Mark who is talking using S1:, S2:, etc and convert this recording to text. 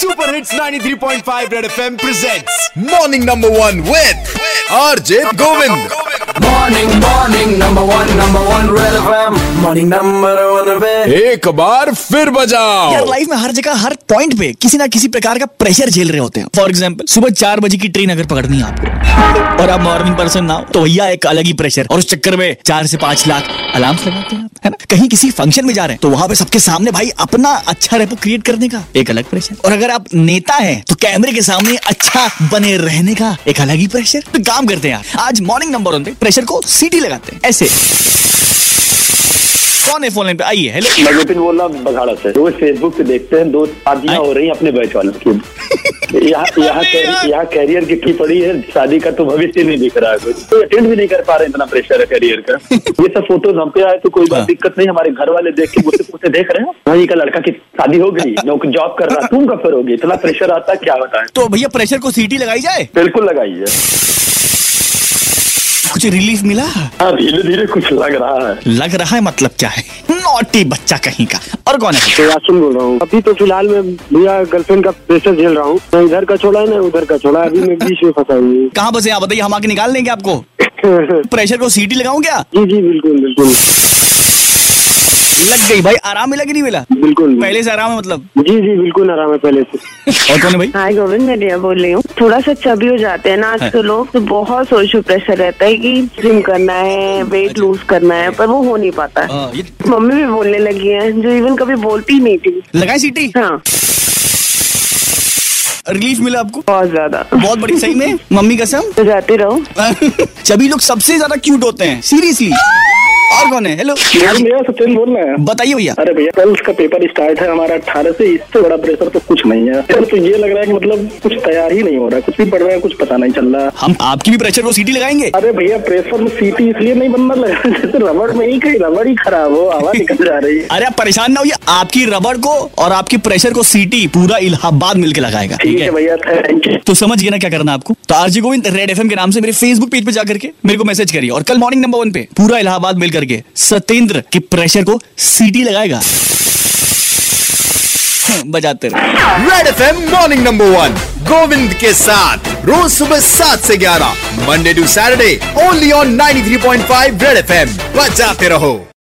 S1: Super hits 93.5 red FM presents morning number one with RJ Govind
S2: Morning, morning, number one, number one, red FM. Morning, number one, red.
S1: एक बार फिर
S3: यार
S1: बजाओ
S3: life में हर जगह हर point पे किसी ना किसी प्रकार का प्रेशर झेल रहे होते हैं फॉर एग्जाम्पल सुबह चार बजे की ट्रेन अगर पकड़नी है आपको और आप मॉर्निंग पर्सन ना हो तो भैया एक अलग ही प्रेशर और उस चक्कर में चार से पांच लाख अलार्म लगाते हैं आप, है ना कहीं किसी फंक्शन में जा रहे हैं तो वहां पे सबके सामने भाई अपना अच्छा रेपो क्रिएट करने का एक अलग प्रेशर और अगर आप नेता हैं तो कैमरे के सामने अच्छा बने रहने का एक अलग ही प्रेशर तो काम करते हैं यार आज मॉर्निंग नंबर वन पे प्रेशर को सीटी लगाते हैं ऐसे कौन है फोन लाइन पे आइए हेलो
S4: मैं विपिन बोल रहा हूँ बघाड़ा से रोज फेसबुक पे देखते हैं दो शादियां
S3: हाँ।
S4: हो रही हैं अपने बैच वालों की यहाँ यहाँ कैरियर- यहाँ कैरियर की की पड़ी है शादी का तो भविष्य नहीं दिख रहा है कुछ तो अटेंड भी नहीं कर पा रहे इतना प्रेशर है कैरियर का ये सब फोटोज हम पे आए तो कोई
S3: हाँ।
S4: बात दिक्कत नहीं हमारे घर वाले देख के मुझसे पूछते देख रहे हैं भाई का लड़का की शादी हो गई नौकरी जॉब कर रहा है, तुम कब करोगे इतना प्रेशर आता है, क्या बताएं
S3: तो भैया प्रेशर को सीटी लगाई जाए
S4: बिल्कुल लगाइए
S3: कुछ रिलीफ मिला
S4: हाँ धीरे धीरे कुछ लग रहा है
S3: लग रहा है मतलब क्या है नॉटी बच्चा कहीं का और कौन है
S5: तो यासिन बोल रहा हूँ अभी तो फिलहाल मैं भैया गर्लफ्रेंड का प्रेशर झेल रहा हूँ ना इधर का छोड़ा है ना उधर का छोड़ा है। अभी मैं बीच में फंसा हुई हूँ।
S3: कहाँ बसे आप बताइए हम आके निकाल लेंगे आपको प्रेशर को सीटी लगाऊं क्या
S5: जी जी बिल्कुल बिल्कुल
S3: लग गई भाई आराम मिला कि नहीं मिला
S5: बिल्कुल
S3: पहले से आराम है मतलब
S5: जी जी बिल्कुल आराम है पहले से
S3: और कौन है भाई
S6: हाय गोविंद भैया बोल रही हूँ थोड़ा सा चबी हो जाते हैं ना आज तो लोग तो बहुत सोशल प्रेशर रहता है कि जिम करना है वेट लूज करना है पर वो हो नहीं पाता है
S3: आ, ये
S6: मम्मी भी बोलने लगी है जो इवन कभी बोलती ही नहीं थी
S3: लगाए सीटी
S6: हाँ
S3: रिलीफ मिला आपको
S6: बहुत ज्यादा
S3: बहुत बड़ी सही में मम्मी कसम
S6: तो जाते रहो
S3: चबी लोग सबसे ज्यादा क्यूट होते हैं सीरियसली और कौन है हेलो
S4: भैया सत्यन बोल रहे हैं
S3: बताइए भैया
S4: अरे भैया कल उसका पेपर स्टार्ट है हमारा अठारह से इससे बड़ा प्रेशर तो कुछ नहीं है सर तो ये लग रहा है कि मतलब कुछ तैयार ही नहीं हो रहा है कुछ भी पढ़ रहा है कुछ पता नहीं चल रहा है
S3: हम आपकी भी प्रेशर को सीटी लगाएंगे
S4: अरे भैया प्रेशर में सीटी इसलिए नहीं बनना लग रहा है, जैसे रबड़ में ही कहीं रबड़ ही खराब हो हवा निकल जा रही है
S3: अरे आप परेशान ना होइए आपकी रबड़ को और आपकी प्रेशर को सीटी पूरा इलाहाबाद मिलकर लगाएगा
S4: ठीक है भैया थैंक यू
S3: तो समझ गए ना क्या करना है आपको तो आरजी गोविंद रेड एफएम के नाम से मेरे फेसबुक पेज पे जाकर के मेरे को मैसेज करिए और कल मॉर्निंग नंबर वन पे पूरा इलाहाबाद मिल करके सत्येंद्र के प्रेशर को सीटी लगाएगा बजाते रहो
S1: red FM morning number one Govind के साथ रोज सुबह सात से ग्यारह Monday to Saturday only on 93.5 red FM बजाते रहो